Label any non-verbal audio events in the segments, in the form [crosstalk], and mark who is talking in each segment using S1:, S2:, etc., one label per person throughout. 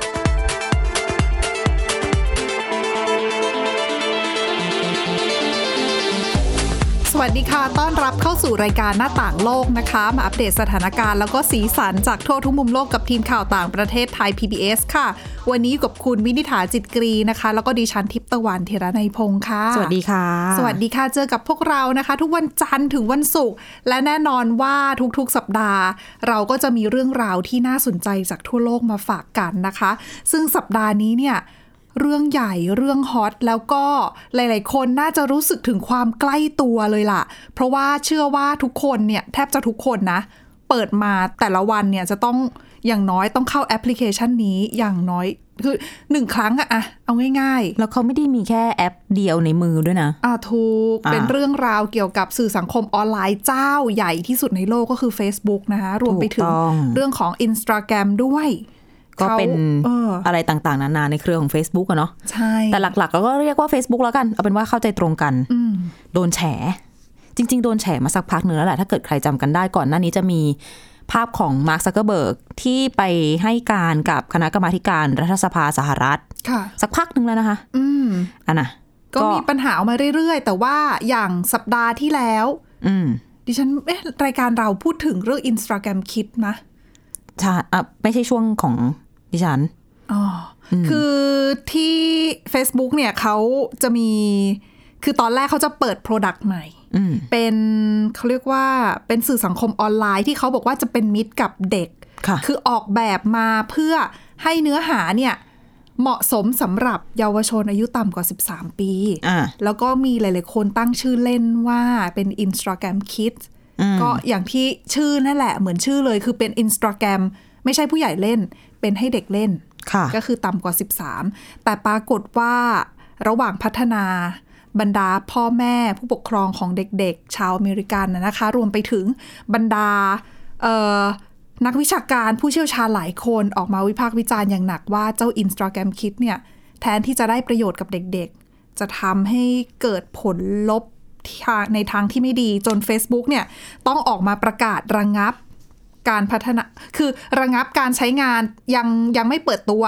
S1: สวัสดีค่ะ ต้อนรับเข้าสู่รายการหน้าต่างโลกนะคะ มาอัปเดตสถานการณ์แล้วก็สีสันจากทั่วทุกมุมโลกกับทีมข่าวต่างประเทศไทย PBS ค่ะ วันนี้อยู่กับคุณวินิษฐาจิตกรีนะคะ แล้วก็ดิฉันทิพย์ตะวันธีรนัยพงค์ค่ะ
S2: สวัสดีค่ะ
S1: สวัสดีค่ะ เจอกับพวกเรานะคะ ทุกวันจันทร์ถึงวันศุกร์และแน่นอนว่าทุกๆสัปดาห์ เราก็จะมีเรื่องราวที่น่าสนใจจากทั่วโลกมาฝากกันนะคะ ซึ่งสัปดาห์นี้เนี่ยเรื่องใหญ่เรื่องฮอตแล้วก็หลายๆ คนน่าจะรู้สึกถึงความใกล้ตัวเลยล่ะ เพราะว่าเชื่อว่าทุกคนเนี่ยแทบจะทุกคนนะ เปิดมาแต่ละวันเนี่ยจะต้องอย่างน้อยต้องเข้าแอปพลิเคชันนี้อย่างน้อยคือหนึ่งครั้งอะอะเอาง่าย ๆ
S2: แล้วเขาไม่ได้มีแค่แอปเดียวในมือด้วยนะ
S1: อ่าถูก
S2: อ่า
S1: เป็นเรื่องราวเกี่ยวกับสื่อสังคมออนไลน์เจ้าใหญ่ที่สุดในโลกก็คือ Facebook นะคะรวมไปถึ
S2: ถูกต้อง
S1: เรื่องของ Instagram ด้วย
S2: ก็
S1: ขา
S2: เป็น
S1: เออ
S2: อะไรต่างๆ นานาในเครือของ Facebook อะเนาะ
S1: ใช่
S2: แต่หลักๆเราก็เรียกว่า Facebook แล้วกัน เอาเป็นว่าเข้าใจตรงกัน
S1: อืม
S2: โดนแฉ จริง ๆ โดนแฉมาสักพักหนึ่งแล้วแหละ ถ้าเกิดใครจำกันได้ก่อนหน้านี้จะมีภาพของมาร์คซักเกอร์เบิร์กที่ไปให้การกับคณะกรรมาธิการรัฐสภาสหรัฐ
S1: ค่ะ
S2: สักพักหนึ่งแล้วนะคะ
S1: อืม
S2: อันน่ะ
S1: ก็
S2: ก็
S1: มีปัญหาออกมาเรื่อยๆ แต่ว่าอย่างสัปดาห์ที่แล้ว
S2: อืม
S1: ดิฉันเอ๊ะรายการเราพูดถึงเรื่อง Instagram คิดนะ
S2: ใช่อ่ะไม่ใช่ช่วงของดิฉัน
S1: อ๋ออคือที่ Facebook เนี่ยเขาจะมี คือตอนแรกเขาจะเปิด Product ใหม่
S2: อืม
S1: เป็นเขาเรียกว่าเป็นสื่อสังคมออนไลน์ที่เขาบอกว่าจะเป็นมิตรกับเด็ก
S2: ค่ะ
S1: คือออกแบบมาเพื่อให้เนื้อหาเนี่ยเหมาะสมสำหรับเยาวชนอายุต่ำกว่า 13 ปี
S2: อ่า
S1: แล้วก็มีหลาย ๆ คนตั้งชื่อเล่นว่าเป็น Instagram Kids
S2: อืม
S1: ก็อย่างที่ชื่อนั่นแหละเหมือนชื่อเลยคือเป็น Instagram ไม่ใช่ผู้ใหญ่เล่น เป็นให้เด็กเล่น
S2: ค่ะ
S1: ก็คือต่ำกว่า 13 แต่ปรากฏว่าระหว่างพัฒนาบรรดาพ่อแม่ผู้ปกครองของเด็กๆ ชาวอเมริกันนะนะคะ รวมไปถึงบรรดาเอ่อนักวิชาการผู้เชี่ยวชาญหลายคนออกมาวิพากษ์วิจารณ์อย่างหนักว่าเจ้า Instagram k i d เนี่ย แทนที่จะได้ประโยชน์กับเด็กๆ จะทำให้เกิดผลลบทางในทางที่ไม่ดีจน Facebook เนี่ย ต้องออกมาประกาศระงงับ การพัฒนา คือระงับการใช้งานยังยังไม่เปิดตัว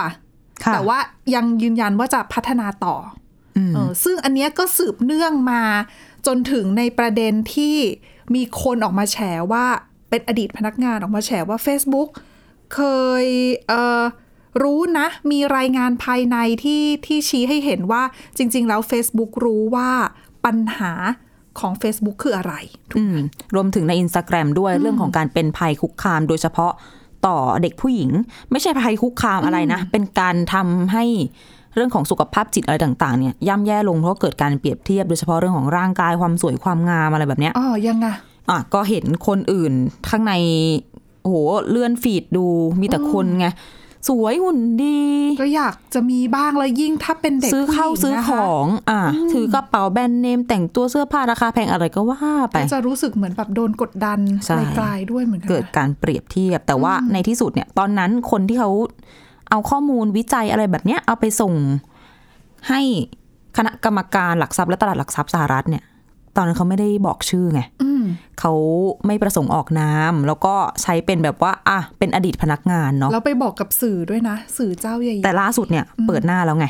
S2: ค่ะ
S1: แต่ว่ายังยืนยันว่าจะพัฒนาต่ออเออซึ่งอันเนี้ยก็สืบเนื่องมาจนถึงในประเด็นที่มีคนออกมาแฉว่าเป็นอดีตพนักงานออกมาแฉว่า Facebook เคยเอ่อรู้นะ มีรายงานภายในที่ที่ชี้ให้เห็นว่าจริง ๆ แล้ว Facebook รู้ว่าปัญหาของ Facebook คืออะไร
S2: อืมรวมถึงใน Instagram ด้วยเรื่องของการเป็นภัยคุกคาม โดยเฉพาะต่อเด็กผู้หญิง ไม่ใช่ภัยคุกคามอะไรนะ เป็นการทำให้เรื่องของสุขภาพจิตอะไรต่างๆเนี่ยย่ำแย่ลงเพราะเกิดการเปรียบเทียบโดยเฉพาะเรื่องของร่างกายความสวยความงามอะไรแบบเนี้ย
S1: อ๋อ ยังไง
S2: อ่ะก็เห็นคนอื่นข้างในโอ้โหเลื่อนฟีดดูมีแต่คนไงสวยหุ่นดี
S1: ก็อยากจะมีบ้างแล้วยิ่งถ้าเป็นเด็ก
S2: ซื้อ
S1: ผู้หญิ
S2: เข้าวซื้อ
S1: นะคะ
S2: ของ อ่ะถือกระเป๋าแบรนด์เนมแต่งตัวเสื้อผ้าราคาแพงอะไรก็ว่าไป
S1: ก็จะรู้สึกเหมือนแบบโดนกดดัน
S2: ใช่
S1: ไกลๆด้วยเหมือนกันนะ
S2: เกิดการเปรียบเทียบ แต่ว่าในที่สุดเนี่ย ตอนนั้นคนที่เขาเอาข้อมูลวิจัยอะไรแบบเนี้ย เอาไปส่งให้คณะกรรมการหลักทรัพย์และตลาดหลักทรัพย์สหรัฐเนี่ย ตอนนั้นเขาไม่ได้บอกชื่อไง
S1: อืม
S2: เขาไม่ประสงค์ออกนามแล้วก็ใช้เป็นแบบว่า อ่ะเป็นอดีตพนักงานเนาะ
S1: แล้วไปบอกกับสื่อด้วยนะ สื่อเจ้าใหญ่ๆ
S2: แต่ล่าสุดเนี่ย เปิดหน้าแล้วไง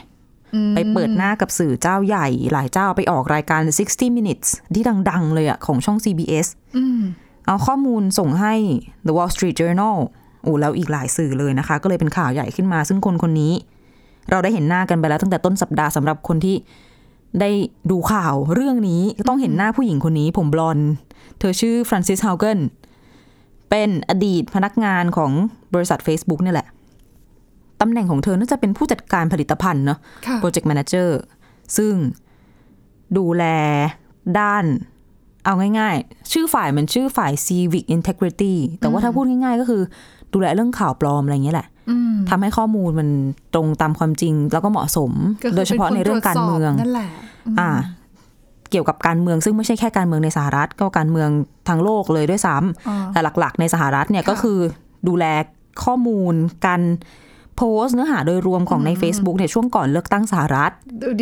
S1: อืม
S2: ไปเปิดหน้ากับสื่อเจ้าใหญ่ หลายเจ้าไปออกรายการ 60 minutes ที่ดัง ๆ เลยอะของช่อง CBS
S1: อืม
S2: เอาข้อมูลส่งให้ The Wall Street Journal โอ้แล้วอีกหลายสื่อเลยนะคะ ก็เลยเป็นข่าวใหญ่ขึ้นมา ซึ่งคนคนนี้ เราได้เห็นหน้ากันไปแล้วตั้งแต่ต้นสัปดาห์สำหรับคนที่ได้ดูข่าวเรื่องนี้ก็ต้องเห็นหน้าผู้หญิงคนนี้ ผมบลอนด์เธอชื่อฟรานซิสฮาวเกนเป็นอดีตพนักงานของบริษัท Facebook เนี่ยแหละตำแหน่งของเธอน่าจะเป็นผู้จัดการผลิตภัณฑ์เนาะ
S1: ค่ะ
S2: Project Manager ซึ่งดูแลด้าน เอาง่ายๆ ชื่อฝ่ายมันชื่อฝ่าย Civic Integrity แต่ว่าถ้าพูดง่ายๆ ก็คือดูแลเรื่องข่าวปลอมอะไรอย่างเงี้ยแหละ
S1: อืม
S2: ทำให้ข้อมูลมันตรงตามความจริง แล้วก็เหมาะสม
S1: ก็คือ
S2: โดยเฉพาะในเรื่องการเมือง
S1: ป็นคนตรวจสบนั่นแหละม
S2: อ่า เกี่ยวกับการเมืองซึ่งไม่ใช่แค่การเมืองในสหรัฐ ก็การเมืองทั้งโลกเลยด้วยซ้ำ
S1: อ่า
S2: แต่หลักๆ ในสหรัฐเนี่ย
S1: ค่ะ
S2: ก็คือดูแลข้อมูลการ โพสต์เนื้อหาโดยรวมของใน Facebook เนี่ยช่วงก่อนเลือกตั้งสหรัฐ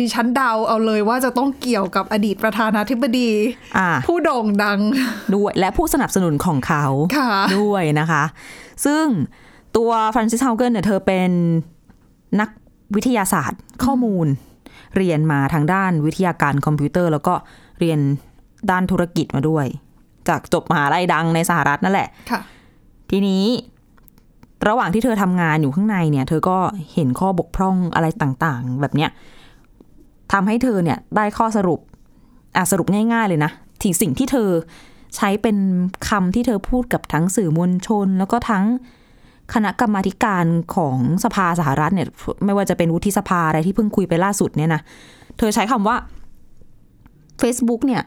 S1: ดิฉันเดาเอาเลยว่าจะต้องเกี่ยวกับอดีตประธานาธิบดี
S2: อ่า
S1: ผู้โด่งดัง
S2: ด้วยและผู้สนับสนุนของเขา
S1: ค่ะ
S2: ด้วยนะคะ ซึ่งตัวฟรานซิสเฮาเกิลเนี่ยเธอเป็นนักวิทยาศาสตร์ข้อมูล เรียนมาทางด้านวิทยาการคอมพิวเตอร์ แล้วก็เรียนด้านธุรกิจมาด้วย จากจบมหาลัยดังในสหรัฐนั่นแหละ
S1: ค่ะ
S2: ทีนี้ระหว่างที่เธอทำงานอยู่ข้างในเนี่ย เธอก็เห็นข้อบกพร่องอะไรต่างๆ แบบเนี้ยทำให้เธอเนี่ยได้ข้อสรุปอ่ะสรุปง่าย ๆ เลยนะที่สิ่งที่เธอใช้เป็นคำที่เธอพูดกับทั้งสื่อมวลชน แล้วก็ทั้งคณะกรรมาธิการของสภาสหรัฐเนี่ย ไม่ว่าจะเป็นวุฒิสภาอะไรที่เพิ่งคุยไปล่าสุดเนี่ยนะเธอใช้คำว่า Facebook เนี่ย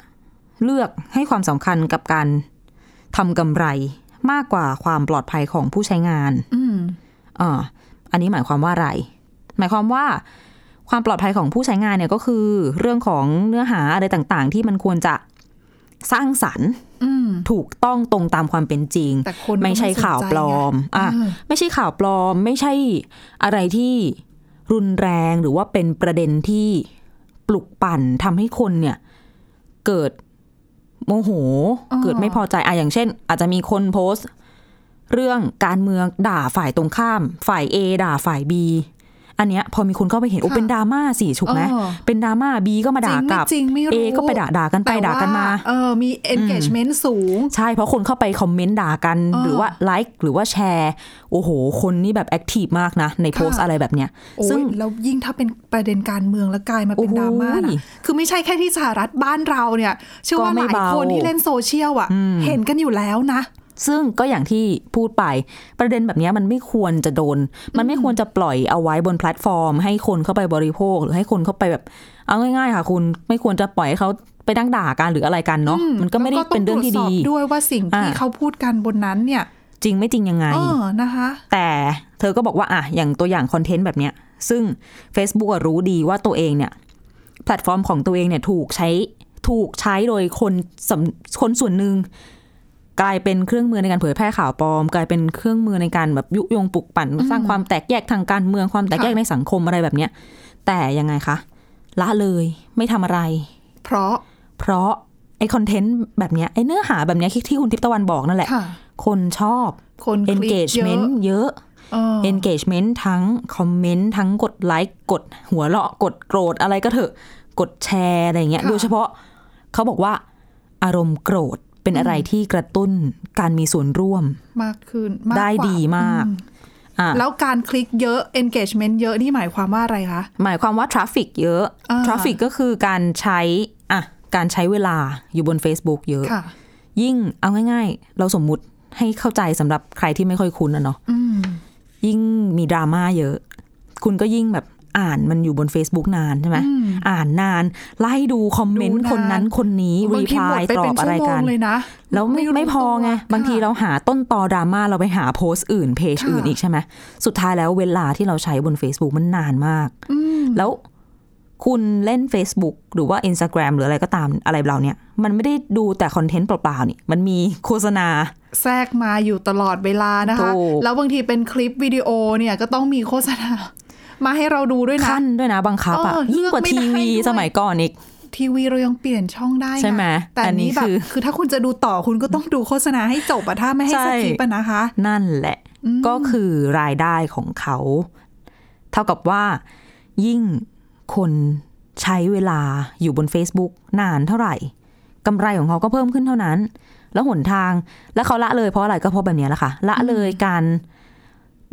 S2: เลือกให้ความสำคัญกับการ ทำกำไรมากกว่าความปลอดภัยของผู้ใช้งาน
S1: อืม
S2: อ่าอันนี้หมายความว่าอะไร หมายความว่าความปลอดภัยของผู้ใช้งานเนี่ยก็คือ เรื่องของเนื้อหาอะไรต่างๆ ที่มันควรจะสร้างสรรค์
S1: อืม
S2: ถูกต้องตรงตามความเป็นจริง
S1: แต่คนก็
S2: ไม่ใช่ข่าวปลอม อ่ะ
S1: เออ
S2: ไม่ใช่ข่าวปลอม ไม่ใช่อะไรที่รุนแรงหรือว่าเป็นประเด็นที่ปลุกปั่นทำให้คนเนี่ย เกิดโมโห
S1: อ๋อ
S2: เกิดไม่พอใจอ่ะอย่างเช่น อาจจะมีคนโพสต์ เรื่องการเมืองด่าฝ่ายตรงข้าม ฝ่าย A ด่าฝ่าย B อันเนี้ยพอมีคนเข้าไปเห็นโอ้เป็นดราม่าสิถูกไหม
S1: เออ
S2: เป็นดราม่า B ก็มาด่า
S1: จริง
S2: ก
S1: ไม่
S2: ลับ
S1: จริงไม่
S2: A
S1: รู้
S2: ก็ไปด่าด่ากันไป
S1: แต่
S2: ด่ากันมา
S1: ว่เออมี engagement สูง
S2: ใช่เพราะคนเข้าไปคอมเมนต์ด่ากัน
S1: อ่า
S2: หรือว่าไลค์หรือว่าแชร์โอ้โห คนนี่แบบแอคทีฟมากนะ ในโพสต์
S1: ค่ะ
S2: อะไรแบบเนี้ย
S1: โอ้
S2: ซึ่ง
S1: ยแล้วยิ่งถ้าเป็นประเด็นการเมืองแล้วกลายมาเป็น
S2: โอ้โห
S1: ดราม่านะคือไม่ใช่แค่ที่สหรัฐบ้านเราเนี่ย เชื่อว่า
S2: ก็
S1: ห
S2: ไม่
S1: ลาย
S2: เบา
S1: คนที่เล่นโซเชียลอ่ะ เห็นกันอยู่แล้วนะ
S2: ซึ่งก็อย่างที่พูดไปประเด็นแบบเนี้ยมันไม่ควรจะโดน มันไม่ควรจะปล่อยเอาไว้บนแพลตฟอร์ม ให้คนเข้าไปบริโภค หรือให้คนเข้าไปแบบ เอาง่ายๆค่ะคุณไม่ควรจะปล่อยให้เขาไปดังด่ากันหรืออะไรกันเนาะมันก็ไม่ได้
S1: แล้ว
S2: เป็นเรื่องที่
S1: ต้
S2: ดี
S1: ตวจสอบด้วยว่าสิ่งที่
S2: อ่า
S1: เขาพูดกันบนนั้นเนี่ย
S2: จริงไม่จริงยังไง
S1: เออนะคะ
S2: แต่เธอก็บอกว่าอ่ะอย่างตัวอย่างคอนเทนต์แบบเนี้ย ซึ่ง Facebook อะรู้ดีว่าตัวเองเนี่ย แพลตฟอร์มของตัวเองเนี่ยถูกใช้ถูกใช้โดยคนสำคนส่วนหนึ่งกลายเป็นเครื่องมือในการเผยแพร่ข่าวปลอม กลายเป็นเครื่องมือในการแบบยุยงปลุกปั่น สร้างความแตกแยกทางการเมืองความแตกแยก
S1: ค่ะ
S2: ในสังคมอะไรแบบเนี้ย แต่ยังไงคะละเลยไม่ทำอะไร
S1: เพราะ
S2: เพราะไอคอนเทนต์แบบเนี้ยไอเนื้อหาแบบเนี้ยที่ที่คุณทิพย์ตะวันบอกนั่นแหละ
S1: ค่ะ
S2: คนชอบ
S1: คนคลิกเยอะ
S2: engagement เยอะ
S1: เออ
S2: engagement ทั้งคอมเมนต์ทั้งกดไลค์กดหัวเราะกดโกรธอะไรก็เถอะ กดแชร์อะไรอย่างเงี้ย
S1: ค่ะ
S2: โดยเฉพาะเขาบอกว่าอารมณ์โกรธเป็นอะไรที่กระตุ้นการมีส่วนร่วม
S1: มากขึ้นมาก
S2: ได้
S1: กว่า
S2: ดีมากอ่ะ
S1: แล้วการคลิกเยอะ engagement เยอะนี่หมายความว่าอะไรคะ
S2: หมายความว่าทราฟฟิกเยอะ
S1: อ่า
S2: ทราฟฟิกก็คือการใช้อ่ะการใช้เวลาอยู่บน Facebook เยอะ
S1: ค่ะ
S2: ยิ่งเอาง่ายๆ เราสมมุติให้เข้าใจสำหรับใครที่ไม่ค่อยคุ้นนะเนาะ
S1: อืม
S2: ยิ่งมีดราม่าเยอะ คุณก็ยิ่งแบบอ่านมันอยู่บน Facebook นานใช่ไหม
S1: อืม
S2: อ่านนาน ไล่ดูคอมเมน
S1: ดู
S2: ต์
S1: นาน
S2: คนนั้นคนนี้
S1: บา
S2: รี
S1: งที
S2: พ
S1: หม
S2: ลา
S1: ด
S2: ย
S1: ไป
S2: ตอ
S1: เป็น
S2: บอะ
S1: ชั่ว
S2: ไร
S1: โม
S2: กั
S1: ง
S2: น
S1: เลยนะ
S2: แล้วไม่ไม่
S1: รู้
S2: พอไง
S1: ตัว
S2: บางที
S1: ค่ะ
S2: เราหาต้นตอดราม่าเราไปหาโพสต์อื่นเพจ
S1: ค่ะ
S2: อื่นอีกใช่ไหมสุดท้ายแล้วเวลาที่เราใช้บน Facebook มันนานมาก
S1: อืม
S2: แล้วคุณเล่น Facebook หรือว่า Instagram หรืออะไรก็ตามอะไรเราเนี่ย มันไม่ได้ดูแต่คอนเทนต์เปล่าๆนี่มันมีโฆษณา
S1: แทรกมาอยู่ตลอดเวลานะคะ
S2: ถูก
S1: แล้วบางทีเป็นคลิปวิดีโอเนี่ยก็ต้องมีโฆษณา มาให้เราดูด้วยนะ
S2: ขั้นด้วยนะบังคับอะ
S1: เออ
S2: ยิ่งกว่า
S1: เลือก
S2: ที
S1: ไม่ได้
S2: วี
S1: ด้วย
S2: สมัยก่อนอีก
S1: ทีวีเรายังเปลี่ยนช่องได้นะ
S2: ใช่ไหม
S1: แต่อันนี้
S2: อันนี้
S1: แบบ
S2: คือ
S1: คือถ้าคุณจะดูต่อคุณก็ต้องดูโฆษณาให้จบอะถ้าไม่ให้
S2: ใช่
S1: สกิปอะนะคะ
S2: นั่นแหละ ก็คือรายได้ของเขา เท่ากับว่า ยิ่งคนใช้เวลาอยู่บน Facebook นานเท่าไหร่กำไรของเขาก็เพิ่มขึ้นเท่านั้น แล้วหนทางแล้วเขาละเลยเพราะอะไรก็เพราะแบบเนี้ยแหละค่ะ ละเลยการ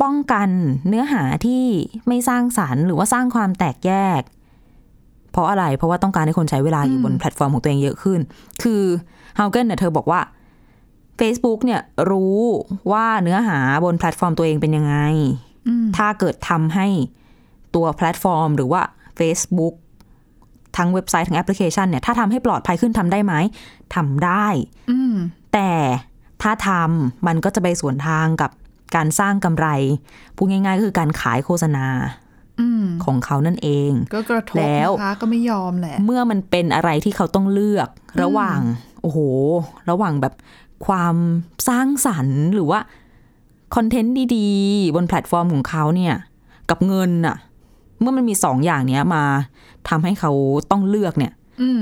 S2: ป้องกันเนื้อหาที่ไม่สร้างสารรค์หรือว่าสร้างความแตกแยก เพราะอะไรเพราะว่าต้องการให้คนใช้เวลาอยู่บนแพลตฟอร์มของตัวเองเยอะขึ้น คือเฮาเกิลเนี่ยเธอบอกว่า Facebook เนี่ยรู้ว่าเนื้อหาบนแพลตฟอร์มตัวเองเป็นยังไง
S1: อืม
S2: ถ้าเกิดทำให้ตัวแพลตฟอร์ม หรือว่า Facebook ทั้งเว็บไซต์ทั้งแอปพลิเคชันเนี่ย ถ้าทำให้ปลอดภัยขึ้นทำได้ไหมทำได้
S1: อืม
S2: แต่ถ้าทำมันก็จะไปสวนทางกับการสร้างกำไร พูดง่ายๆ ก็คือการขายโฆษณา
S1: อืม
S2: ของเขานั่นเอง
S1: ก็กระทบ
S2: แล้ว
S1: นะคะก็ไม่ยอมแหละ
S2: เมื่อมันเป็นอะไรที่เขาต้องเลือกระหว่าง โอ้โห ระหว่างแบบความสร้างสรรค์หรือว่า คอนเทนต์ดีๆ บนแพลตฟอร์มของเขาเนี่ย กับเงินน่ะ เมื่อมันมีสองอย่างเนี้ยมาทำให้เขาต้องเลือกเนี่ย
S1: อืม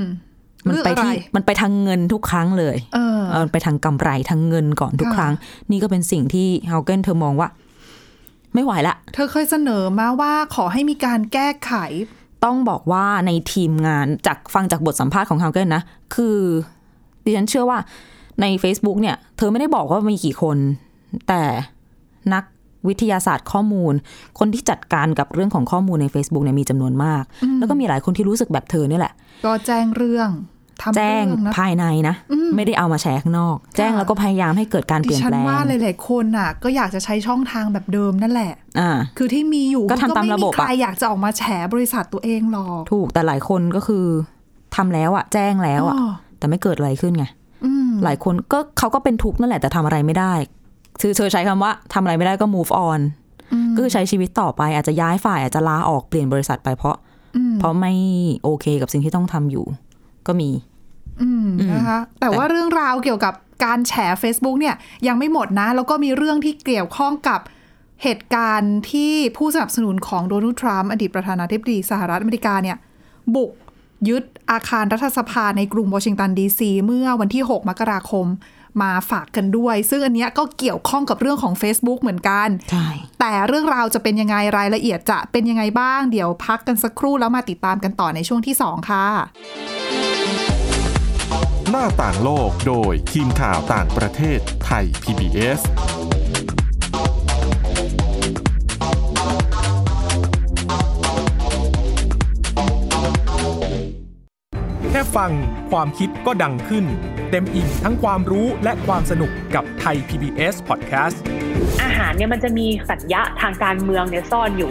S2: มัน
S1: เลือก
S2: ไป
S1: อะไร
S2: ที่มันไปทางเงินทุกครั้งเลย
S1: เออ
S2: เออไปทางกำไรทางเงินก่อนทุก
S1: ค่ะ
S2: ครั้ง นี่ก็เป็นสิ่งที่เฮาเกนเธอมองว่า ไม่ไหวละ
S1: เธอเคยเสนอมาว่าขอให้มีการแก้ไข
S2: ต้องบอกว่าในทีมงานจากฟังจากบทสัมภาษณ์ของเฮาเกนนะ คือดิฉันเชื่อว่าใน Facebook เนี่ย เธอไม่ได้บอกว่ามีกี่คน แต่นักวิทยาศาสตร์ข้อมูล คนที่จัดการกับเรื่องของข้อมูลใน Facebook เนี่ยมีจำนวนมาก แล้วก็มีหลายคนที่รู้สึกแบบเธอเนี่ยแหละ
S1: ก็แจ้งเรื่องทำ
S2: แจ้ง
S1: เรื่องนะ
S2: ภายในนะ ไม่ได้เอามาแชร์ข้างนอก แจ้งแล้วก็พยายามให้เกิดการเป
S1: ดิ
S2: ลี่ยน
S1: ฉั
S2: แปลง
S1: ว่าหลายๆคนน่ะ ก็อยากจะใช้ช่องทางแบบเดิมนั่นแหละ
S2: อ่า
S1: คือที่มีอยู่
S2: ก็ทำตามระบบอะ
S1: ก็ไใครอยากจะออกมาแฉบริษัทตัวเองหรอก
S2: ถูกแต่หลายคนก็คือทำแล้วอะแจ้งแล้วอะ
S1: อ๋อ
S2: แต่ไม่เกิดอะไรขึ้นไง
S1: อืม
S2: หลายคนก็เขาก็เป็นทุกข์นั่นแหละแต่ทำอะไรไม่ได้คือเธอใช้คำว่าทำอะไรไม่ได้ก็ move on ก็คือใช้ชีวิตต่อไปอาจจะย้ายฝ่ายอาจจะลาออกเปลี่ยนบริษัทไปเพราะ
S1: อืม
S2: เพราะไม่โอเคกับสิ่งที่ต้องทำอยู่ ก็มี
S1: อืมนะคะแต่
S2: แต่
S1: ว่าเรื่องราวเกี่ยวกับการแฉ Facebook เนี่ยยังไม่หมดนะ แล้วก็มีเรื่องที่เกี่ยวข้องกับเหตุการณ์ที่ผู้สนับสนุนของโดนัลด์ทรัมป์อดีตประธานาธิบดีสหรัฐอเมริกาเนี่ย บุกยึดอาคารรัฐสภาในกรุงวอชิงตันดีซีเมื่อวันที่ 6 มกราคมมาฝากกันด้วย ซึ่งอันเนี้ยก็เกี่ยวข้องกับเรื่องของ Facebook เหมือนกัน
S2: ใช่
S1: แต่เรื่องราวจะเป็นยังไงรายละเอียดจะเป็นยังไงบ้าง เดี๋ยวพักกันสักครู่แล้วมาติดตามกันต่อในช่วงที่สองค่ะ
S3: หน้าต่างโลกโดยทีมข่าวต่างประเทศไทย PBS
S4: แค่ฟังความคิดก็ดังขึ้น เต็มอิ่งทั้งความรู้และความสนุกกับไทย PBS Podcast
S5: อาหารเนี่ยมันจะมีสัญญะทางการเมืองเนี่ยซ่อนอยู่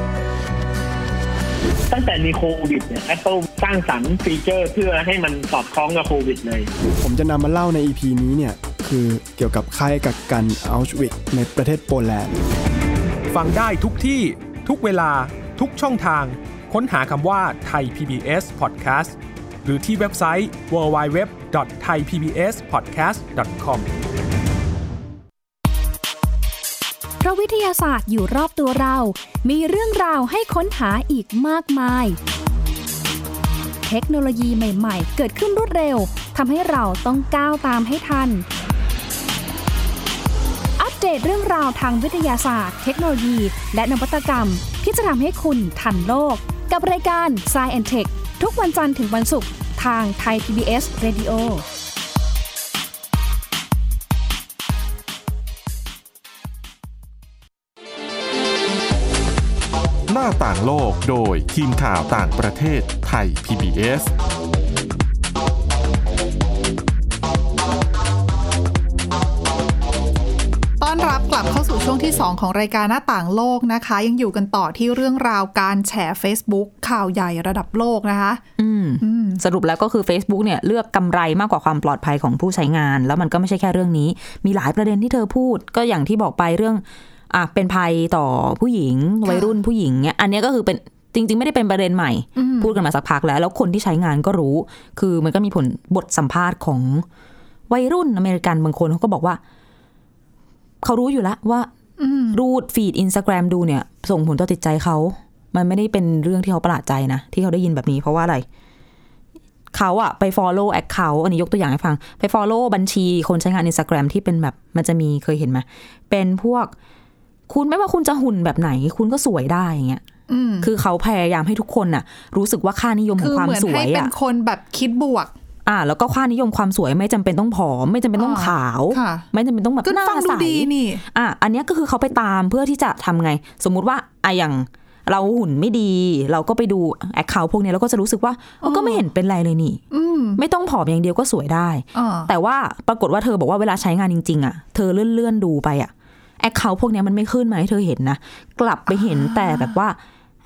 S6: ตั้งแต่มีโควิดเนี่ย Apple สร้างสรรค์ฟีเจอร์เพื่อให้มันสอดคล้องกับโควิดเลย
S7: ผมจะนำมาเล่าใน EP นี้เนี่ย คือเกี่ยวกับค่ายกักกันอัลชวิกในประเทศโปแลนด์
S4: ฟังได้ทุกที่ ทุกเวลา ทุกช่องทาง ค้นหาคำว่าไทย PBS Podcast หรือที่เว็บไซต์ www.thaipbspodcast.com
S8: เพราะวิทยาศาสตร์อยู่รอบตัวเรา มีเรื่องราวให้ค้นหาอีกมากมาย เทคโนโลยีใหม่ ๆ เกิดขึ้นรวดเร็ว ทำให้เราต้องก้าวตามให้ทัน อัปเดตเรื่องราวทางวิทยาศาสตร์ เทคโนโลยี และนวัตกรรม ที่จะทำให้คุณทันโลก กับรายการ s c i e n d Tech ทุกวันจันทร์ถึงวันศุกร์ทางไทย PBS Radio
S3: หน้าต่างโลกโดยทีมข่าวต่างประเทศไทย PBS
S1: ต้อนรับกลับเข้าสู่ช่วงที่ 2 ของรายการหน้าต่างโลกนะคะ ยังอยู่กันต่อที่เรื่องราวการแฉ Facebook ข่าวใหญ่ระดับโลกนะคะ
S2: อืมสรุปแล้วก็คือ Facebook เนี่ยเลือกกำไรมากกว่าความปลอดภัยของผู้ใช้งาน แล้วมันก็ไม่ใช่แค่เรื่องนี้ มีหลายประเด็นที่เธอพูด ก็อย่างที่บอกไปเรื่องอ่ะเป็นภัยต่อผู้หญิง วัยรุ่นผู้หญิงเนี่ยอันเนี้ยก็คือเป็นจริง ๆ ไม่ได้เป็นประเด็นใหม่ พูดกันมาสักพักแล้ว แล้วคนที่ใช้งานก็รู้ คือมันก็มีผลบทสัมภาษณ์ของวัยรุ่นอเมริกันบางคนเขาก็บอกว่า เขารู้อยู่แล้วว่ารูดฟีดอินสตาแกรมดูเนี่ย ส่งผลต่อจิตใจเขา มันไม่ได้เป็นเรื่องที่เขาประหลาดใจนะ ที่เขาได้ยินแบบนี้เพราะว่าอะไร เขาอะไป follow account อันนี้ยกตัวอย่างให้ฟัง ไป follow บัญชีคนใช้งาน Instagram ที่เป็นแบบ มันจะมีเคยเห็นไหมเป็นพวก คุณไม่ว่าคุณจะหุ่นแบบไหน คุณก็สวยได้อย่างเงี้ยคือเขาพยายามให้ทุกคนน่ะ รู้สึกว่าค่านิยมขอ
S1: คื
S2: ง
S1: อ
S2: ควา
S1: เห
S2: ม
S1: มือน
S2: สว
S1: ให้
S2: ย
S1: เป็น
S2: อะ
S1: คนแบบคิดบวก
S2: อ่า แล้วก็ค่านิยมความสวยไม่จำเป็นต้องผอม ไม่จำเป็นต้อง
S1: อ่า
S2: ขาว
S1: ค่ะ
S2: ไม่จำเป็นต้องแบบ
S1: ก็
S2: หน้า
S1: ฟังดู
S2: ใส
S1: ดีนี่
S2: อ่ะ อันเนี้ยก็คือเขาไปตามเพื่อที่จะทำไง สมมุติว่าอ่ะอย่างเราหุ่นไม่ดี เราก็ไปดูแอคเคาท์พวกเนี้ยเราก็จะรู้สึกว่าเออก็ไม่เห็นเป็นไรเลยนี่
S1: อืม
S2: ไม่ต้องผอมอย่างเดียวก็สวยได้
S1: อ่า
S2: แต่ว่าปรากฏว่าเธอบอกว่าเวลาใช้งานจริง ๆ อ่ะ เธอเลื่อนเลื่อนๆดูไปอ่ะแอคเคาท์พวกเนี้ยมันไม่ขึ้นมาให้เธอเห็นนะ กลับไปเห็นแต่แบบว่า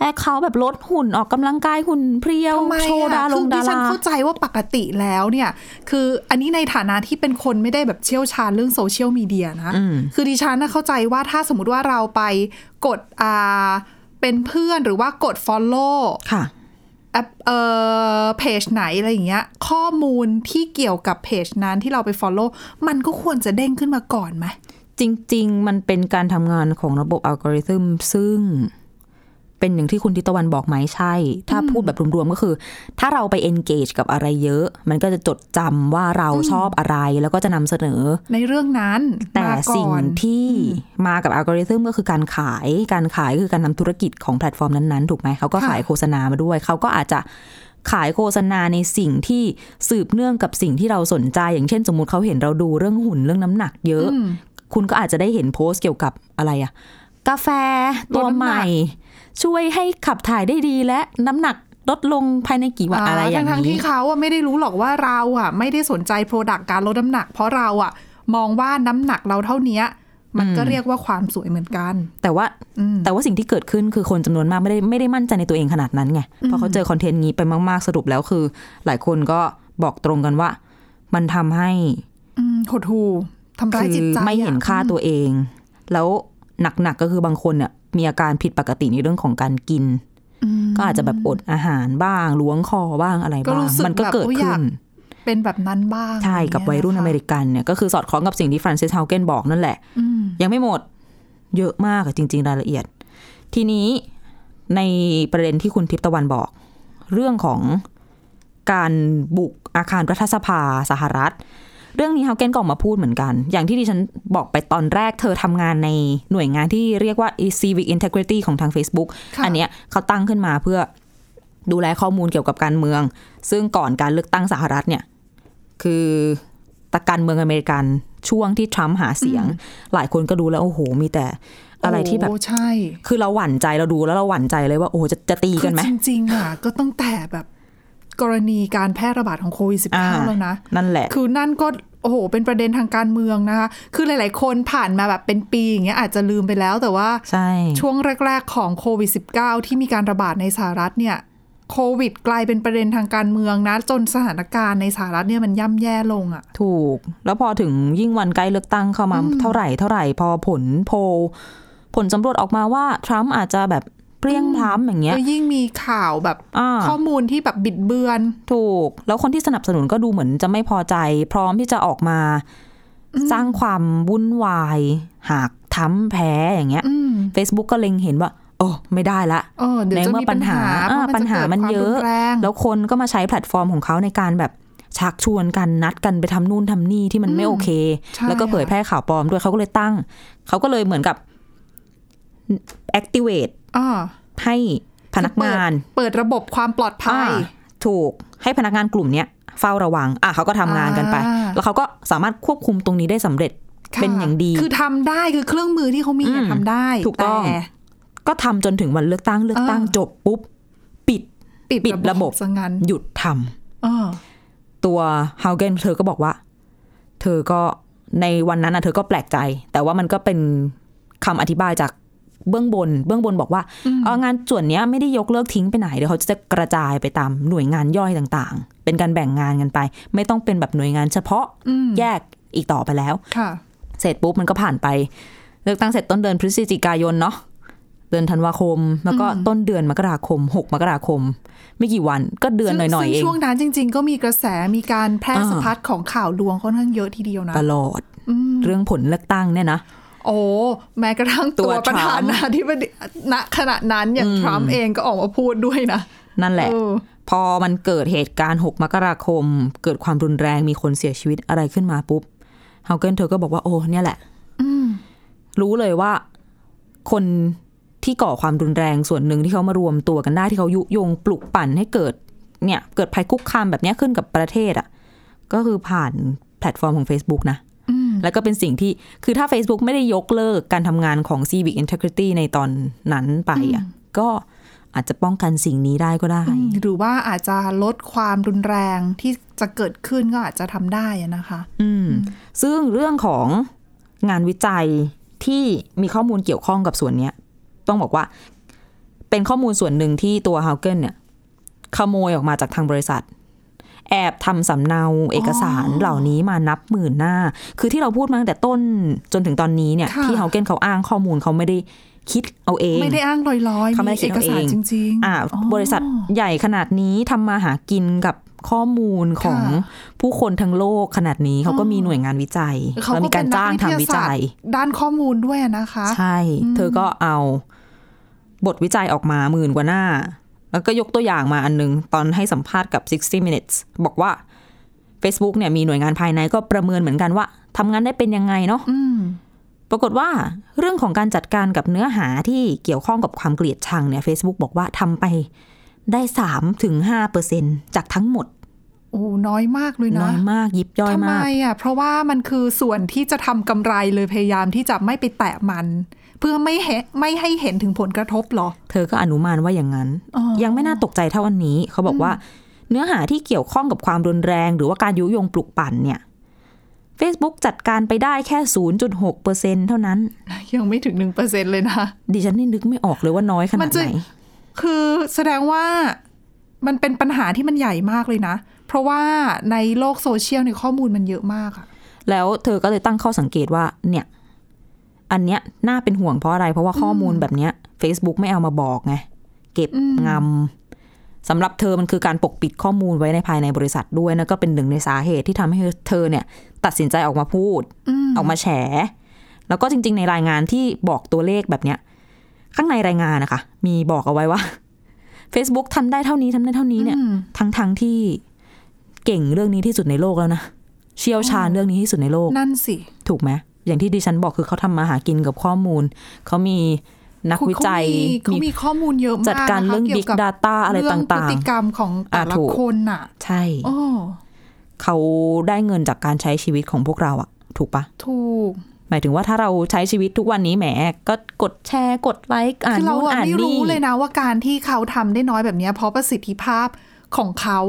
S2: แอคเขาแบบลดหุ่นออกกำลังกายหุ่นเพรียว
S1: ทำไม
S2: โชว์ดา
S1: อะ
S2: ล
S1: คื
S2: ง
S1: อ
S2: ดา
S1: ดิฉั
S2: ราน
S1: เข้าใจว่าปกติแล้วเนี่ย คืออันนี้ในฐานะที่เป็นคนไม่ได้แบบเชี่ยวชาญเรื่องโซเชียลมีเดียนะ
S2: อืม
S1: คือดิฉันนะเข้าใจว่าถ้าสมมติว่าเราไปกดอ่าเป็นเพื่อนหรือว่ากด Follow
S2: ค่ะ
S1: แอปเอ่อเพจไหนอะไรอย่างเงี้ย ข้อมูลที่เกี่ยวกับเพจนั้นที่เราไป Follow มันก็ควรจะเด้งขึ้นมาก่อนไหม
S2: จริง ๆ มันเป็นการทำงานของระบบอัลกอริทึมซึ่งเป็นอย่างที่คุณทิตวันบอกไหมใช่ ถ้าพูดแบบรวม ๆ ก็คือ ถ้าเราไป engage กับอะไรเยอะ มันก็จะจดจำว่าเราชอบอะไรแล้วก็จะนำเสนอ
S1: ในเรื่องนั้น
S2: แต่
S1: มาก่
S2: สิ่ง
S1: อน
S2: ที่มากับอัลกอริทึมก็คือการขาย การขายคือการนำธุรกิจของแพลตฟอร์มนั้นๆ ถูกไหม เขาก็ขายโฆษณามาด้วย เขาก็อาจจะขายโฆษณาในสิ่งที่สืบเนื่องกับสิ่งที่เราสนใจ อย่างเช่น สมมุติเขาเห็นเราดูเรื่องหุ่นเรื่องน้ำหนักเยอะ คุณก็อาจจะได้เห็นโพสต์เกี่ยวกับอะไรอะกาแฟตัวใหม่ ช่วยให้ขับถ่ายได้ดีและน้ำหนักลดลงภายในกี่วันอะไรอย่าง
S1: ทั้งทั้งๆที่
S2: นี้
S1: เขาอะไม่ได้รู้หรอกว่าเราอะไม่ได้สนใจโปรดักต์การลดน้ำหนัก เพราะเราอะมองว่าน้ำหนักเราเท่าเนี้ย มันก็เรียกว่าความสวยเหมือนกัน
S2: แต่ว่า
S1: อืม
S2: แต่ว่าสิ่งที่เกิดขึ้นคือคนจำนวนมากไม่ได้ไม่ได้มั่นใจในตัวเองขนาดนั้นไงพอเขาเจอคอนเทนต์นี้ไปมาก ๆ สรุปแล้วคือ หลายคนก็บอกตรงกันว่า มันทำให้
S1: อืมหดหูทำร้าย
S2: คื
S1: จิต
S2: อ
S1: ใจ
S2: ไม่เห็นค่าตัวเอง แล้วหนักๆก็คือบางคนเนี่ยมีอาการผิดปกติในเรื่องของการกิน ก็อาจจะแบบอดอาหารบ้างล้วงคอบ้างอะไร
S1: ก็
S2: บ้าง
S1: รู้สึก
S2: มันก็
S1: แบบ
S2: เกิด
S1: โอ้ยอ
S2: ขึ้
S1: ยาน เป็นแบบนั้นบ้าง
S2: ใช่กับวัยรุ่นอเม
S1: ก
S2: ริกันเนี่ยก็คือสอดคล้องกับสิ่งที่ฟรานซิสเฮาเกนบอกนั่นแหละ ยังไม่หมดเยอะมากอะจริง ๆ รายละเอียด ทีนี้ในประเด็นที่คุณทิพย์ตะวันบอก เรื่องของการบุกอาคารรัฐสภาสหรัฐ เรื่องนี้เฮาเกนก็ออกมาพูดเหมือนกัน อย่างที่ดิฉันบอกไปตอนแรกเธอทำงานในหน่วยงานที่เรียกว่า civic integrity ของทาง Facebook อันเนี้ยเขาตั้งขึ้นมาเพื่อดูแลข้อมูลเกี่ยวกับการเมือง ซึ่งก่อนการเลือกตั้งสหรัฐเนี่ย คือตะการเมืองอเมริกันช่วงที่ทรัมป์หาเสียง หลายคนก็ดูแล้ว โอ้โห มีแต่อะไรที่แบบ
S1: ใช่
S2: คือเราหวั่นใจเราดูแล้วเราหวั่นใจเลยว่า โอ้โหจะจะตี
S1: คื
S2: กั
S1: อ
S2: นไหม
S1: จริงๆอะก็ตั้งแต่แบบกรณีการแพร่ระบาดของโควิด
S2: อ่า
S1: -19 แล้วนะ
S2: นั่นแหละ
S1: คือนั่นก็โอ้โห เป็นประเด็นทางการเมืองนะคะ คือหลาย ๆ คนผ่านมาแบบเป็นปีอย่างเงี้ยอาจจะลืมไปแล้วแต่ว่า
S2: ใช่
S1: ช่วงแรก ๆ ของโควิด -19 ที่มีการระบาดในสหรัฐเนี่ยโควิดกลายเป็นประเด็นทางการเมืองนะ จนสถานการณ์ในสหรัฐเนี่ยมันย่ำแย่ลงอะ
S2: ถูก แล้วพอถึงยิ่งวันใกล้เลือกตั้งเข้ามาเท่าไหร่เท่าไหร่ พอผลโพลผลสำรวจออกมาว่าทรัมป์อาจจะแบบเปรี้ยงพล้ำอย่างเงี้ย
S1: ก็ยิ่งมีข่าวแบบ
S2: อ่า
S1: ข้อมูลที่แบบบิดเบือน
S2: ถูก แล้วคนที่สนับสนุนก็ดูเหมือนจะไม่พอใจ พร้อมที่จะออกมาสร้างความวุ่นวาย หากทำแพ้อย่างเงี้ย
S1: อืม
S2: Facebook ก็เล็งเห็นว่า โอ้ไม่ได้ละ
S1: เออเดี๋ยว
S2: ใน
S1: จะ
S2: เมื่อ
S1: มี
S2: ปั
S1: ปั
S2: ญ
S1: ญ
S2: หา
S1: หา
S2: อ่า
S1: เพระ
S2: ปัญหามันเย
S1: กิด
S2: อะ
S1: ควารุนแรง
S2: แล้วคนก็มาใช้แพลตฟอร์มของเขาในการแบบชักชวนกันนัดกันไปทำนู่นทำนี่ที่มันไม่โอเค
S1: ใช่
S2: แล้วก็เผยแพร่ข่าวปลอมด้วยเขาก็เลยตั้ง เขาก็เลยเหมือนกับ activate
S1: อ่า
S2: ให้พนักงาน
S1: เปิดระบบความปลอดภัย
S2: อ่าถูกให้พนักงานกลุ่มเนี้ยเฝ้าระวัง อ่ะเขาก็ทำงานกันไป
S1: อ่า
S2: แล้วเขาก็สามารถควบคุมตรงนี้ได้สำเร็จ
S1: ค่ะ
S2: เป็นอย่างดี
S1: คือทำได้คือเครื่องมือที่เขามีอะ
S2: อืม
S1: ทำได้
S2: ถูกต้อง
S1: แ
S2: ก็ทำจนถึงวันเลือกตั้งเลือกตั้ง
S1: อ่า
S2: จบปุ๊บ ปิด
S1: ปิด
S2: ปิดระบบ
S1: ซะงั้น
S2: หยุดทำ
S1: อ่า
S2: ตัวฮาวเกนเธอก็บอกว่า เธอก็ในวันนั้นนะเธอก็แปลกใจ แต่ว่ามันก็เป็นคำอธิบายจากเบื้องบน เบื้องบนบอกว่าเอองานส่วนเนี้ยไม่ได้ยกเลิกทิ้งไปไหนเดี๋ยวเขาจะกระจายไปตามหน่วยงานย่อยต่างๆ เป็นการแบ่งงานกันไป ไม่ต้องเป็นแบบหน่วยงานเฉพาะ
S1: อืม
S2: แยกอีกต่อไปแล้ว
S1: ค่ะ
S2: เสร็จปุ๊บมันก็ผ่านไป เลือกตั้งเสร็จต้นเดือนพฤศจิกายนเนาะเดือนธันวาคม แล้วก็ต้นเดือนมกราคม 6 มกราคม ไม่กี่วันก็เดือนห
S1: ซึ่ง
S2: น่อย ๆ เอ
S1: ซึ่
S2: ง
S1: ช่วงนั้นจริง ๆ ก็มีกระแสมีการแพร่
S2: อ่า
S1: สะพัดของข่าวลวงค่อนข้างเยอะทีเดียวนะ
S2: ตลอด
S1: อืม
S2: เรื่องผลเลือกตั้งเนี่ยนะ
S1: โอ้แม้กระทั่งตัว
S2: ตัว
S1: ประธา
S2: ทรั
S1: นาม
S2: ป์
S1: ธิบดีณขณะนั้นอย่างทรัมป์เองก็ออกมาพูดด้วยนะ
S2: นั่นแหละ
S1: เออ
S2: พอมันเกิดเหตุการณ์ 6 มกราคม เกิดความรุนแรงมีคนเสียชีวิตอะไรขึ้นมาปุ๊บเฮาเกิลเธอก็บอกว่าโอ้เนี่ยแหละ
S1: อืม
S2: รู้เลยว่าคนที่ก่อความรุนแรงส่วนหนึ่งที่เขามารวมตัวกันได้ที่เขายุยงปลุกปั่นให้เกิดเนี่ย เกิดภัยคุกคามแบบเนี้ยขึ้นกับประเทศอะ่ะ ก็คือผ่านแพลตฟอร์มของ Facebook นะ
S1: อืม
S2: แล้วก็เป็นสิ่งที่คือถ้า Facebook ไม่ได้ยกเลิกการทำงานของ Civic Integrity ในตอนนั้นไปอะ่ะก็อาจจะป้องกันสิ่งนี้ได้ก็ได้
S1: หรือว่าอาจจะลดความรุนแรงที่จะเกิดขึ้นก็อาจจะทำได้อะนะคะ
S2: อืมซึ่งเรื่องของงานวิจัยที่มีข้อมูลเกี่ยวข้องกับส่วนเนี้ย ต้องบอกว่า เป็นข้อมูลส่วนหนึ่งที่ตัวฮาวเกิลเนี่ย ขโมยออกมาจากทางบริษัท แอบทำสำเนาเอกสารเหล่านี้มานับหมื่นหน้า คือที่เราพูดมาตั้งแต่ต้นจนถึงตอนนี้เนี่ย
S1: ค่ะ
S2: ที่ฮาวเกิลเขาอ้างข้อมูลเขาไม่ได้คิดเอาเอง [laughs]
S1: ไม่ได้อ้างลอยๆ
S2: เขาไม่ได้
S1: เอ
S2: เขียน
S1: ก
S2: เอาเอง
S1: สารจริง
S2: อ่าบริษัทใหญ่ขนาดนี้ทำมาหากินกับข้อมูลของ
S1: ค่ะ
S2: ผู้คนทั้งโลกขนาดนี้เขาก็
S1: อ๋อ
S2: มีหน่วยงานวิจัย
S1: ๆเขา
S2: แล้ว
S1: ก็
S2: มีการจ้างทำวิจัย
S1: ด้านข้อมูลด้วยอะนะคะ
S2: ใช่ เธอก็เอาบทวิจัยออกมาหมื่นกว่าหน้า แล้วก็ยกตัวอย่างมาอันหนึง ตอนให้สัมภาษณ์กับ 60 minutes บอกว่า Facebook เนี่ยมีหน่วยงานภายในก็ประเมินเหมือนกันว่าทำงานได้เป็นยังไงเนาะปรากฏว่าเรื่องของการจัดการกับเนื้อหาที่เกี่ยวข้องกับความเกลียดชังเนี่ย Facebook บอกว่าทำไปได้3ถึง5เปอร์เซ็นจากทั้งหมด
S1: โอ้น้อยมากเลยนะ
S2: น้อยมากยิบย่อย
S1: ทำไม
S2: มาก
S1: อ่ะเพราะว่ามันคือส่วนที่จะทำกำไรเลยพยายามที่จะไม่ไปแตะมัน เพื่อไม่ให้ไม่ให้เห็นถึงผลกระทบเหรอ
S2: เธอก็อนุมานว่าอย่างนั้น
S1: อ๋อ
S2: ยังไม่น่าตกใจเท่าวันนี้ เขาบอกว่า เนื้อหาที่เกี่ยวข้องกับความรุนแรง หรือว่าการยุยงปลุกปั่นเนี่ย Facebook จัดการไปได้แค่ 0.6เปอร์เซ็นเท่านั้น
S1: ยังไม่ถึงหนึ่งเปอร์เซ็นเลยนะ
S2: ดิฉันนี่นึกไม่ออกเลยว่าน้อยขนาด
S1: มันจะ
S2: ไหน
S1: คือแสดงว่ามันเป็นปัญหาที่มันใหญ่มากเลยนะ เพราะว่าในโลกโซเชียลในยข้อมูลมันเยอะมากอะ
S2: แล้วเธอก็เลยตั้งข้อสังเกตว่า เนี่ย อันเนี้ยน่าเป็นห่วงเพราะอะไร เพราะว่าข้อมูลแบบเนี้ย Facebook ไม่เอามาบอกไง เก็บงำสำหรับเธอมันคือการปกปิดข้อมูลไว้ในภายในบริษัทด้วยนะก็เป็นหนึ่งในสาเหตุที่ทำให้เธอเนี่ย ตัดสินใจออกมาพูด ออกมาแฉ แล้วก็จริง ๆ ในรายงานที่บอกตัวเลขแบบเนี้ย ข้างในรายงานนะคะ มีบอกเอาไว้ว่า [laughs] Facebook ทำได้เท่านี้ทำได้เท่านี้เนี่ย ทั้งๆที่เก่งเรื่องนี้ที่สุดในโลกแล้วนะ เชี่ยวชาญเรื่องนี้ที่สุดในโลก
S1: นั่นสิ
S2: ถูกไหมอย่างที่ดิฉันบอกคือเขาทำมาหากินกับข้อมูล เขามีนักวิจัย
S1: เขามีเขามีข้อมูลเยอะมาก
S2: จัดการ
S1: นะคะ
S2: เรื่อง Big
S1: กี่ยวกับ
S2: Data อะไร
S1: เ
S2: ต่างๆ
S1: พฤติกรรมของแต่
S2: อ่ะ
S1: ละ
S2: ถูก
S1: คนน่ะ
S2: ใช่
S1: โอ้
S2: เขาได้เงินจากการใช้ชีวิตของพวกเราอะถูกปะ
S1: ถูก
S2: หมายถึงว่าถ้าเราใช้ชีวิตทุกวันนี้แหมก็กดแชร์กดไลค์อ่าน
S1: คือเรา
S2: นู่น
S1: อะ
S2: อ่าน
S1: ไม่
S2: นี่
S1: รู้เลยนะว่าการที่เขาทำได้น้อยแบบเนี้ยเพราะประสิทธิภาพของเขา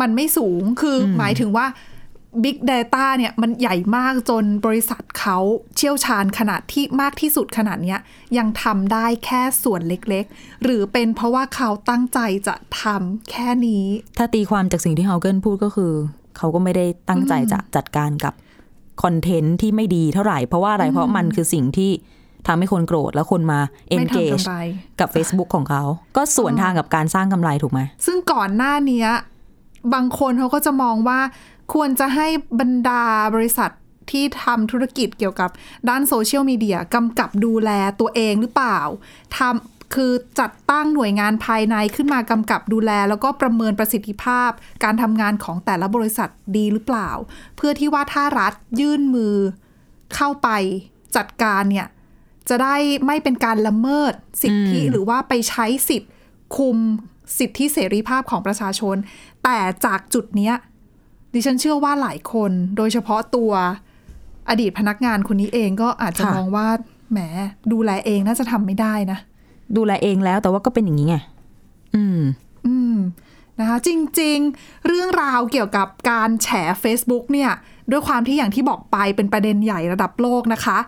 S1: มันไม่สูงคืออหมายถึงว่า Big Data เนี่ยมันใหญ่มากจนบริษัทเขาเชี่ยวชาญขนาดที่มากที่สุดขนาดเนี้ยยังทำได้แค่ส่วนเล็กๆ หรือเป็นเพราะว่าเขาตั้งใจจะทำแค่นี้
S2: ถ้าตีความจากสิ่งที่เฮาเกิลพูดก็คือ เขาก็ไม่ได้ตั้งใจจะจัดการกับคอนเทนต์ที่ไม่ดีเท่าไหร่ เพราะว่าอะไรเพราะมันคือสิ่งที่ทำให้คนโกรธแล้วคนมา
S1: ไม่ทำ
S2: engage
S1: กำไร
S2: กับ Facebook ของเขา ก็ส่วนทางกับการสร้างกำไรถูกไหม
S1: ซึ่งก่อนหน้าเนี้ยบางคนเขาก็จะมองว่าควรจะให้บรรดาบริษัทที่ทำธุรกิจเกี่ยวกับด้านโซเชียลมีเดียกำกับดูแลตัวเองหรือเปล่าทำคือจัดตั้งหน่วยงานภายในขึ้นมากำกับดูแล แล้วก็ประเมินประสิทธิภาพ การทำงานของแต่ละบริษัทดีหรือเปล่า เพื่อที่ว่าถ้ารัฐยื่นมือเข้าไปจัดการเนี่ย จะได้ไม่เป็นการละเมิดสิทธิ
S2: อืม
S1: หรือว่าไปใช้สิทธิ์คุมสิทธิเสรีภาพของประชาชน แต่จากจุดเนี้ยดิฉันเชื่อว่าหลายคน โดยเฉพาะตัวอดีตพนักงานคนนี้เองก็อาจจะ
S2: ค่ะ
S1: มองว่าแหมดูแลเองน่าจะทำไม่ได้นะ
S2: ดูแลเองแล้วแต่ว่าก็เป็นอย่างนี้ไงอืม
S1: อืมนะคะจริงๆ เรื่องราวเกี่ยวกับการแฉ Facebook เนี่ย ด้วยความที่อย่างที่บอกไปเป็นประเด็นใหญ่ระดับโลกนะคะ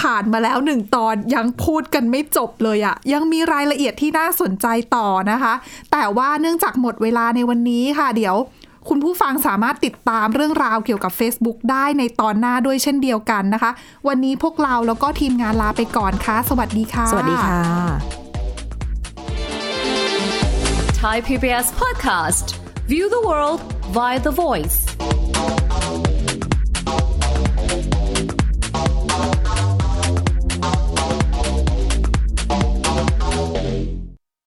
S1: ผ่านมาแล้วหนึ่งตอนยังพูดกันไม่จบเลยอะยังมีรายละเอียดที่น่าสนใจต่อนะคะ แต่ว่าเนื่องจากหมดเวลาในวันนี้ค่ะ เดี๋ยว คุณผู้ฟังสามารถติดตามเรื่องราวเกี่ยวกับ Facebook ได้ในตอนหน้าด้วยเช่นเดียวกันนะคะ วันนี้พวกเราแล้วก็ทีมงานลาไปก่อนค่ะสวัสดีค่ะ
S2: สวัสดีค่ะ
S9: Thai PBS podcast. View the world via the voice.